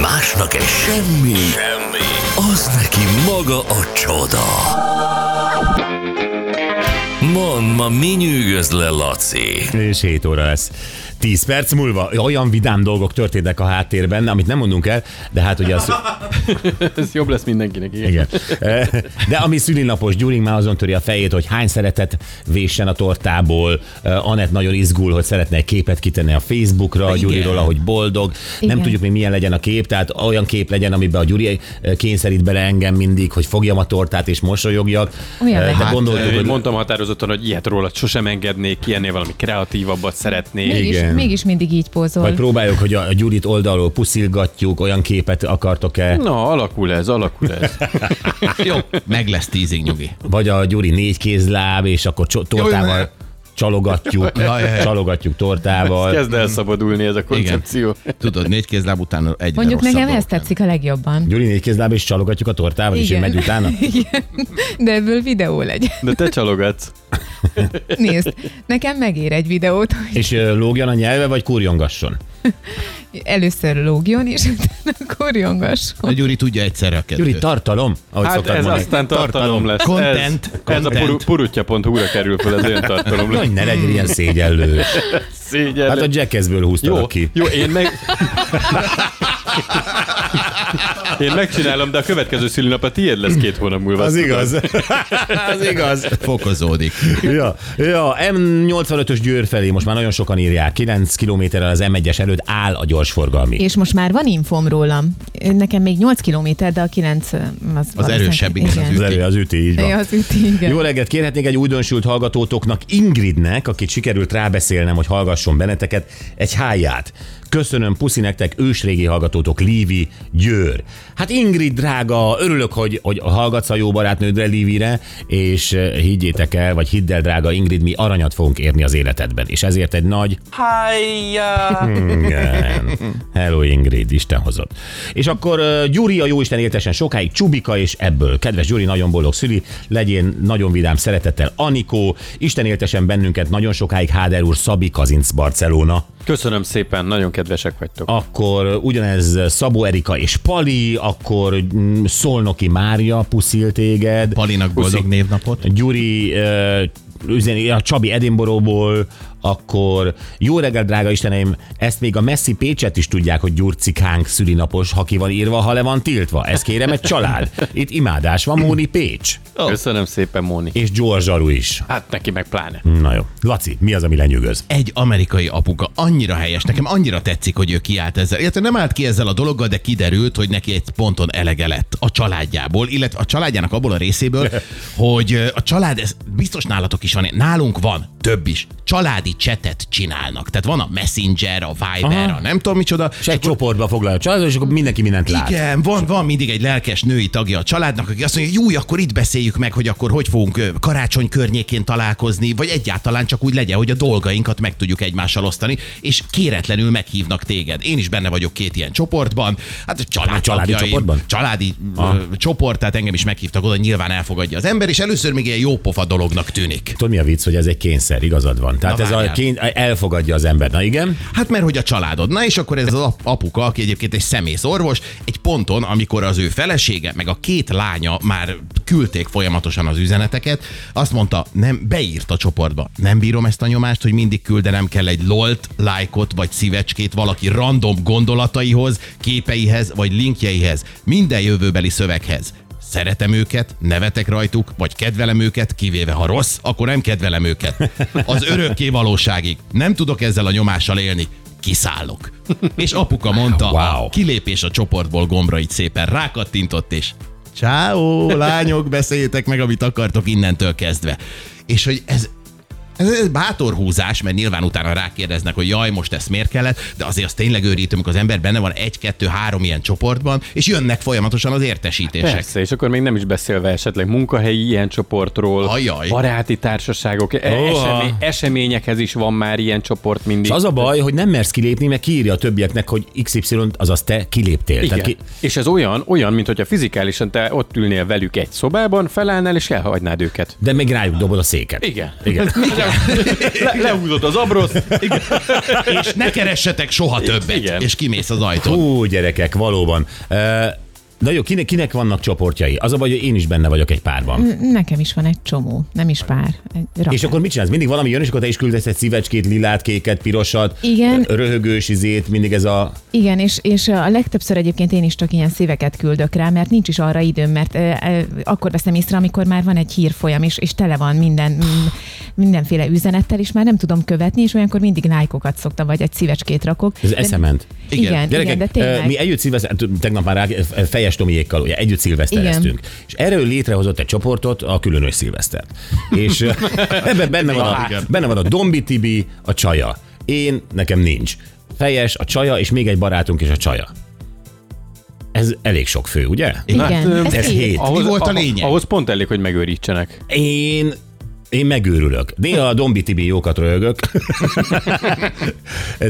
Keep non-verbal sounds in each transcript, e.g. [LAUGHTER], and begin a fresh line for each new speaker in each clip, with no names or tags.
Másnak egy semmi, semmi, az neki maga a csoda. Mond, ma mi nyűgöz le, Laci?
És 7 óra lesz. 10 perc múlva olyan vidám dolgok történnek a háttérben, amit nem mondunk el, de hát ugye
[LAUGHS]
az...
Ez jobb lesz mindenkinek, igen.
Igen. Eh, De ami szülinapos Gyurink már azon töri a fejét, hogy hány szeretet véssen a tortából. Eh, Anett nagyon izgul, hogy szeretne egy képet kitenni a Facebookra, a
Igen.
Gyuriról, ahogy boldog.
Igen.
Nem tudjuk még milyen legyen a kép, tehát olyan kép legyen, amiben a Gyuri eh, kényszerít bele engem mindig, hogy fogjam a tortát és mosolyogjak. Eh,
Olyan
De
lehet. Hát, eh,
gondoltuk,
Én
hogy
mondtam határozottan, hogy ilyet róla sosem engednék, ilyennél valami kreatívabbat szeretnék.
Mégis,
igen.
mégis mindig így
vagy
pózol.
próbáljuk, hogy a Gyurit oldalról puszilgatjuk, olyan képet akartok-e,
Na, alakul ez, alakul
[LAUGHS]
ez.
Jó, meg lesz tízig nyugi.
vagy a Gyuri négy kézláb, és akkor cso-
Jaj, ne.
tortával
[LAUGHS]
csalogatjuk,
Jaj, jaj.
csalogatjuk tortával.
Kezd el szabadulni ez a koncepció.
Tudod, négy kézláb után egyre
Mondjuk
rosszabb
nekem ez
dolgok
tetszik a legjobban.
Gyuri négy kézláb, és csalogatjuk a tortával, és ő megy utána.
[LAUGHS] Igen. De ebből videó legyen.
De te csalogatsz.
Nézd, nekem megér egy videót, hogy
És ö, lógjon a nyelve, vagy kurjongasson.
először lógjon, és utána korjongasson.
A Gyuri tudja egyszerre a kettőt.
Gyuri, tartalom, ahogy
Hát
szokták
ez
mondani.
aztán tartalom lesz.
Content,
Ez, ez a
content.
puru, purutya.hu-ra kerül fel, ez olyan tartalom lesz.
Hogy ne legyél ilyen szégyellő.
Szégyen.
Hát a Jackassből
jó,
húztanak ki.
jó, én meg... Én megcsinálom, de a következő szülinap a tiéd lesz két hónap múlva.
Az igaz. [LAUGHS] Az igaz.
Fokozódik.
Ja, ja, M85-ös Győr felé most már nagyon sokan írják. 9 kilométerrel az M1-es előtt áll a gyorsforgalmi.
És most már van infom rólam. Nekem még 8 kilométer, de a 9 az, valószínűleg-
erősebb, igen, az
igen.
Az elő, az üti, így van.
Ja, az üti, igen.
Jó reggelt, kérhetnék egy újdonsült hallgatótoknak, Ingridnek, akit sikerült rábeszélnem, hogy hallgasson benneteket, egy háját. Köszönöm, puszi nektek, ősrégi hallgatótok, Lívi Győr. Hát Ingrid, drága, örülök, hogy, hogy hallgatsz a jó barátnődre, Lívire, és eh, higgyétek el, vagy hidd el, drága Ingrid, mi aranyat fogunk érni az életedben, és ezért egy nagy igen. Hello Ingrid, Isten hozott. És akkor ö, Gyuri, a Jóisten éltesen sokáig, Csubika és ebből. Kedves Gyuri, nagyon boldog szüli, legyen nagyon vidám szeretettel Anikó, Isten éltesen bennünket nagyon sokáig Háder úr Szabi Kazinc Barcelona.
Köszönöm szépen, nagyon kedvesek vagytok.
Akkor ö, ugyanez Szabó Erika és Pali, akkor mm, Szolnoki Mária puszil téged.
Palinak boldog névnapot.
Gyuri ö, üzeni, a Csabi Edinboróból, akkor jó reggel, drága Isteneim, ezt még a messzi Pécset is tudják, hogy Gyurcikánk szülinapos, ha ki van írva, ha le van tiltva. Ez kérem egy család. Itt imádás van, Móni Pécs.
Köszönöm szépen, Móni.
És George Zsaru is.
Hát neki meg pláne.
Na jó. Laci, mi az, ami lenyűgöz?
Egy amerikai apuka annyira helyes, nekem annyira tetszik, hogy ő kiállt ezzel. Illetve nem állt ki ezzel a dologgal, de kiderült, hogy neki egy ponton elege lett a családjából, illetve a családjának abból a részéből, hogy ö, a család, ez biztos nálatok is van, nálunk van több is. Családi csetet csinálnak. Tehát van a Messenger, a Viber,
Aha.
a nem tudom micsoda.
És egy csoportba foglalja a családot, és akkor mindenki mindent lát.
Igen, van, van mindig egy lelkes női tagja a családnak, aki azt mondja, hogy jó, akkor itt beszéljük meg, hogy akkor hogy fogunk ö, karácsony környékén találkozni, vagy egyáltalán csak úgy legyen, hogy a dolgainkat meg tudjuk egymással osztani, és kéretlenül meghívnak téged. Én is benne vagyok két ilyen csoportban, hát a család
családi
tagjaim,
csoportban? Ah.
Családi ö, csoport, tehát engem is meghívtak oda, nyilván elfogadja az ember, és először még ilyen jó pofa dolognak tűnik.
Tudod, mi a vicc, hogy ez egy kényszer, igazad van. Tehát
Na,
ez a
várjál.
kény, elfogadja az ember. Na igen?
Hát mert hogy a családod. Na és akkor ez az ap- apuka, aki egyébként egy szemész orvos, egy ponton, amikor az ő felesége, meg a két lánya már küldték folyamatosan az üzeneteket, azt mondta, nem, beírt a csoportba. Nem bírom ezt a nyomást, hogy mindig küldenem kell egy lolt, lájkot vagy szívecskét valaki random gondolataihoz, képeihez vagy linkjeihez, minden jövőbeli szöveghez. Szeretem őket, nevetek rajtuk, vagy kedvelem őket, kivéve ha rossz, akkor nem kedvelem őket. Az örökké valóságig. Nem tudok ezzel a nyomással élni. Kiszállok. És apuka mondta,
Wow.
wow. a kilépés a csoportból gombra így szépen rákattintott, és Csáó, lányok, beszéljétek meg, amit akartok innentől kezdve. És hogy ez, ez, ez bátor húzás, mert nyilván utána rákérdeznek, hogy jaj, most ezt miért kellett, de azért az tényleg őrítő, amikor az ember benne van egy-kettő-három ilyen csoportban, és jönnek folyamatosan az értesítések.
Persze, és akkor még nem is beszélve esetleg munkahelyi ilyen csoportról,
Ajaj.
baráti társaságok, e-
Oha.
esemény, eseményekhez is van már ilyen csoport mindig.
És az a baj, hogy nem mersz kilépni, mert kiírja a többieknek, hogy XY, azaz te kiléptél.
Igen.
ki...
És ez olyan, olyan, mint hogyha fizikálisan te ott ülnél velük egy szobában, felállnál és elhagynál őket.
De még rájuk dobod a széket.
Igen.
Igen.
Igen. Le, lehúzott az abroszt. Igen.
és ne keressetek soha többet.
Igen.
És kimész az ajtón.
Hú, gyerekek, valóban. Ö, Na jó, kinek, kinek vannak csoportjai? Az a baj, hogy én is benne vagyok egy párban. Mm.
Nekem is van egy csomó, nem is pár. Egy rakás.
És akkor mit csinálsz? Mindig valami jön, és akkor te is küldesz egy szívecskét, lilát, kéket, pirosat,
Igen.
röhögős izét, mindig ez a...
Igen, és, és a legtöbbször egyébként én is csak ilyen szíveket küldök rá, mert nincs is arra időm, mert ö, ö, akkor veszem észre, amikor már van egy hírfolyam, és, és tele van minden, mm, mindenféle üzenettel, és már nem tudom követni, és olyankor mindig lájkokat szoktam, vagy egy szívecskét rakok.
Ez
De-
eszement.
Igen, igen,
Gyerekek,
igen de
ö,
tényleg.
mi együtt szilvesztereztünk, tegnap már rá, fejes Tomiékkal, ugye, együtt szilvesztereztünk. És erről létrehozott egy csoportot, a különös szilveszter. És
[LAUGHS]
ö, ebben benne van, a,
Igen.
benne van a Dombi Tibi, a csaja. Én, nekem nincs. Fejes, a csaja, és még egy barátunk is a csaja. Ez elég sok fő, ugye?
Igen,
ö,
ez,
ez hét.
hét.
Mi volt a lényeg?
Ahhoz pont elég, hogy megőrítsenek.
Én én megőrülök. Néha a Dombi Tibi jókat
[LAUGHS]
röhögök,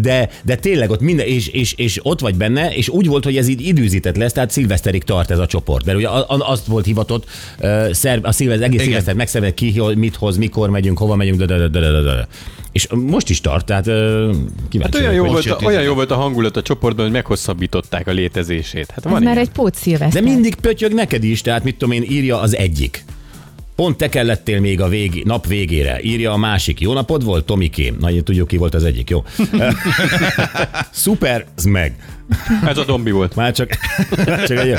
de, de tényleg ott minden, és, és, és, ott vagy benne, és úgy volt, hogy ez így időzített lesz, tehát szilveszterig tart ez a csoport. Mert ugye a- a- azt volt hivatott, ö, szerv, a szilvesz, egész
Igen.
szilveszter megszervezett ki, hogy mit hoz, mikor megyünk, hova megyünk, de, de, de, de, de, de. És most is tart, tehát ö, kíváncsi.
Hát olyan jó,
hogy
volt, a,
sötétedett.
olyan jó volt a hangulat a csoportban, hogy meghosszabbították a létezését. Hát van
ez már
ilyen.
egy pót
De
szilveszter.
mindig pötyög neked is, tehát mit tudom én, írja az egyik. Pont te kellettél még a vég, nap végére, írja a másik. Jó napod volt, Tomikém? Na, így tudjuk, ki volt az egyik, jó? [LAUGHS] Szuper, ez meg.
Ez a dombi volt.
Már csak, [LAUGHS] már csak egy,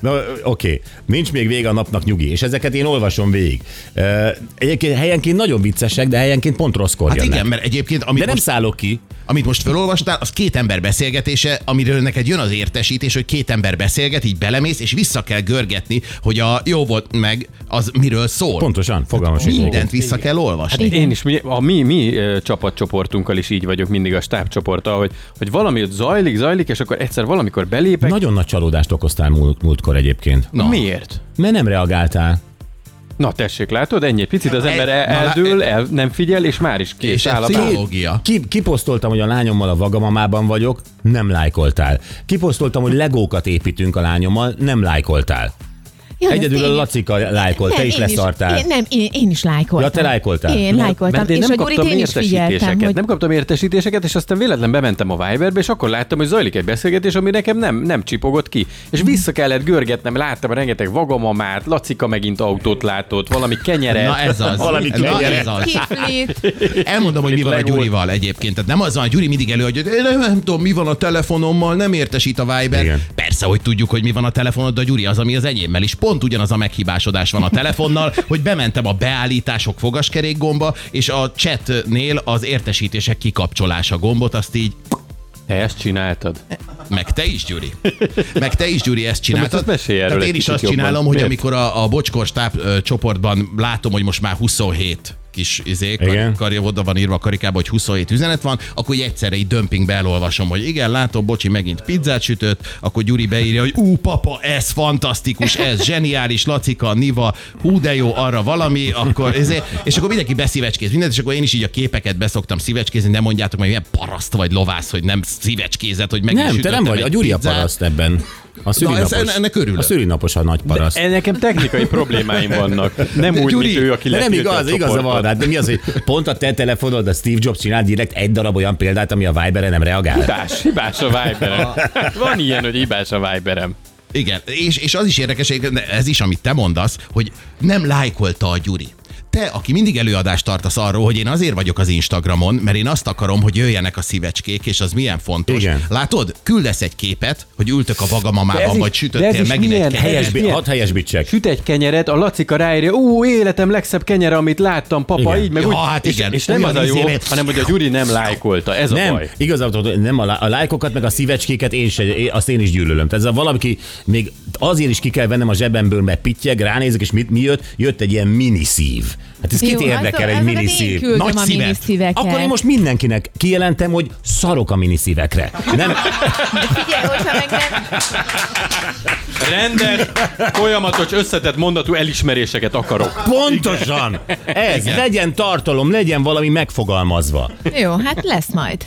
Na, oké. Nincs még vége a napnak nyugi, és ezeket én olvasom végig. Ö, Egyébként helyenként nagyon viccesek, de helyenként pont rosszkor
Hát
jönnek.
igen, mert egyébként, amit
De nem
most
szállok ki.
amit most felolvastál, az két ember beszélgetése, amiről neked jön az értesítés, hogy két ember beszélget, így belemész, és vissza kell görgetni, hogy a jó volt meg, az miről szól.
Pontosan, fogalmas. is Hát
Mindent vissza kell olvasni.
Hát Én is, mi- a mi, mi ö, csapatcsoportunkkal is így vagyok mindig a stábcsoporttal, hogy, hogy valami ott zajlik, zajlik, és akkor egyszer valamikor belépek.
Nagyon nagy csalódást okoztál múlt, múltkor egyébként.
Na. Miért?
Mert nem reagáltál.
Na tessék, látod, ennyi egy picit az ember el,
na,
e-
lá-
eldől, el, nem figyel, és már is
És
kés
ez
áll a
szép.
bál.
Pszichológia.
Ki, kiposztoltam, hogy a lányommal a vagamamában vagyok, nem lájkoltál. Kiposztoltam, hogy legókat építünk a lányommal, nem lájkoltál.
Jaj, ez
Egyedül a
tényleg-
Lacika lájkolt, te
Nem,
is
én
leszartál.
Én, nem, én, én is lájkoltam.
Ja, te lájkoltál.
Én lájkoltam,
Mert én
és
nem
hogy úr,
kaptam
én is figyeltem,
értesítéseket,
hogy
nem kaptam értesítéseket, és aztán véletlen bementem a Viberbe, és akkor láttam, hogy zajlik egy beszélgetés, ami nekem nem, nem csipogott ki. És vissza kellett görgetnem, láttam rengeteg vagamamát, Lacika megint autót látott, valami kenyeret.
Na ez az.
Valami
Na
kenyeret.
ez az.
kiflit.
Elmondom, hogy mi van a Gyurival egyébként. Tehát nem az van, hogy Gyuri mindig elő, hogy "Én nem, nem tudom, mi van a telefonommal, nem értesít a Viber.
Igen.
Persze, hogy tudjuk, hogy mi van a telefonod, de a Gyuri az, ami az enyémmel is. Pont ugyanaz a meghibásodás van a telefonnal, [LAUGHS] hogy bementem a beállítások fogaskerék gomba, és a chatnél az értesítések kikapcsolása gombot, azt így
Te ezt csináltad.
meg te is, Gyuri. Meg te is, Gyuri, ezt
most
csináltad.
ezt mesélj erről
Tehát
egy
én is
kicsit
azt
jobban.
csinálom, hogy
Miért?
amikor a, a bocskor stáb ö, csoportban látom, hogy most már 27 kis izé, kar,
Igen.
karja, oda van írva a karikában, hogy 27 üzenet van, akkor így egyszerre így dömpingbe elolvasom, hogy igen, látom, bocsi megint pizzát sütött, akkor Gyuri beírja, hogy ú, papa, ez fantasztikus, ez zseniális, Lacika, Niva, hú, de jó, arra valami, akkor izé, és akkor mindenki beszívecskéz mindent, és akkor én is így a képeket beszoktam szívecskézni, nem mondjátok meg, milyen paraszt vagy lovász, hogy nem szívecskézed, hogy meg
Nem, te nem vagy, a Gyuri a paraszt ebben. A szülinapos,
Na, ez- ennek örülök.
a szülinapos a nagy paraszt.
E, Nekem technikai problémáim vannak. Nem úgy,
Gyuri,
mint ő, aki
De nem
letiltja a
igaz, igaza
csoportból.
van. Hát de mi az, hogy pont a te telefonod, a Steve Jobs csinál direkt egy darab olyan példát, ami a Viberre nem reagál.
Hibás, hibás a Viberem. Van ilyen, hogy hibás a Viberem.
Igen, és, és az is érdekes, ez is, amit te mondasz, hogy nem lájkolta a Gyuri. Te, aki mindig előadást tartasz arról, hogy én azért vagyok az Instagramon, mert én azt akarom, hogy jöjjenek a szívecskék, és az milyen fontos.
Igen.
Látod, küldesz egy képet, hogy ültök
De
a
ez
vagamamában,
is-
vagy
de ez
sütöttél
is
megint
milyen
egy
Helyes,
helyes.
bi-
Milyen?
hat helyes bicsek.
süt egy kenyeret, a Lacika ráírja, ú, életem legszebb kenyere, amit láttam, papa,
Igen.
így meg
Ja,
úgy.
hát igen.
És, és nem
Olyan
az a jó,
izébe-
hanem hogy a Gyuri nem lájkolta, ez a
Nem,
baj.
igazából nem a, lá- a lájkokat, meg a szívecskéket én se, én- azt én is gyűlölöm. Tehát ez a valaki, még azért is ki kell vennem a zsebemből, mert pittyeg, ránézek, és mit, mi jött? Jött egy ilyen mini szív. Hát ez kit
Jó,
érdekel
azokat
egy mini
hát én
szív?
küldöm
Nagy
a
szívet.
miniszíveket.
Akkor én most mindenkinek kijelentem, hogy szarok a miniszívekre. Nem,
Figyelj, hogyha meg nem...
Rendes, folyamatos, összetett mondatú elismeréseket akarok.
pontosan! Ez,
Igen.
legyen tartalom, legyen valami megfogalmazva.
Jó, hát lesz majd.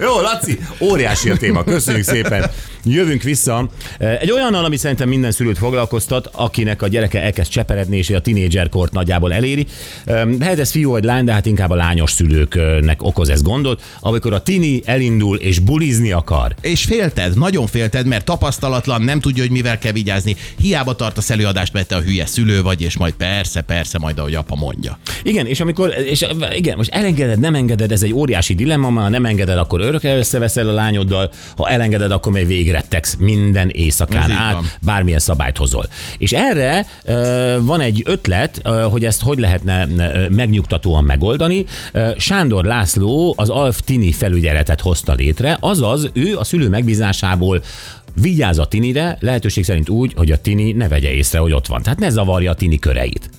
Jó, Laci, óriási a téma, köszönjük szépen. Jövünk E, vissza. Egy olyannal, ami szerintem minden szülőt foglalkoztat, akinek a gyereke elkezd cseperedni, és a tinédzser éberkort nagyjából eléri. Öm, Lehet ez fiú vagy lány, de hát inkább a lányos szülőknek okoz ez gondot, amikor a tini elindul és bulizni akar.
És félted, nagyon félted, mert tapasztalatlan, nem tudja, hogy mivel kell vigyázni. Hiába tartasz előadást, mert te a hülye szülő vagy, és majd persze, persze, majd ahogy apa mondja.
Igen, és amikor, és igen, most elengeded, nem engeded, ez egy óriási dilemma, már ha nem engeded, akkor örökre összeveszel a lányoddal, ha elengeded, akkor még végrettegsz minden
Ez
éjszakán
így
át,
van.
bármilyen szabályt hozol. És erre ö, van egy ötlet, ö, hogy ezt hogy lehetne ö, megnyugtatóan megoldani. Ö, Sándor László az Alf Tini felügyeletet hozta létre, azaz ő a szülő megbízásából vigyáz a tinire, lehetőség szerint úgy, hogy a tini ne vegye észre, hogy ott van. Tehát ne zavarja a tini köreit.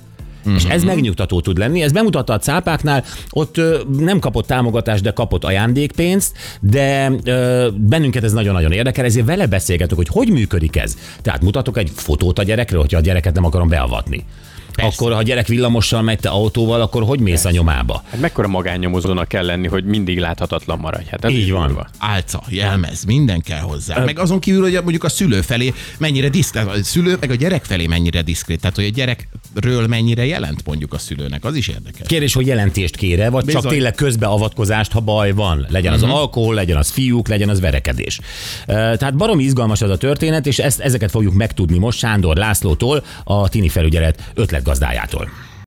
És ez megnyugtató tud lenni. Ez bemutatta a cápáknál, ott ö, nem kapott támogatást, de kapott ajándékpénzt, de ö, bennünket ez nagyon-nagyon érdekel, ezért vele beszélgetünk, hogy hogy működik ez. Tehát mutatok egy fotót a gyerekről, hogyha a gyereket nem akarom beavatni. Persze. Akkor, ha a gyerek villamossal megy, te autóval, akkor hogy mész Persze. a nyomába?
Hát mekkora magánnyomozónak kell lenni, hogy mindig láthatatlan maradj. Hát ez
Így van.
durva.
Álca, jelmez, minden kell hozzá. Meg azon kívül, hogy mondjuk a szülő felé mennyire diszkrét, a szülő meg a gyerek felé mennyire diszkrét, tehát hogy a gyerekről mennyire jelent mondjuk a szülőnek, az is érdekes.
Kérdés, hogy jelentést kére, vagy Bizony. csak
Bizony.
tényleg közbeavatkozást, ha baj van. Legyen az uh-huh. alkohol, legyen az fiúk, legyen az verekedés. Ö, Tehát baromi izgalmas az a történet, és ezt, ezeket fogjuk megtudni most Sándor Lászlótól, a Tini felügyelet ötletgazdájától.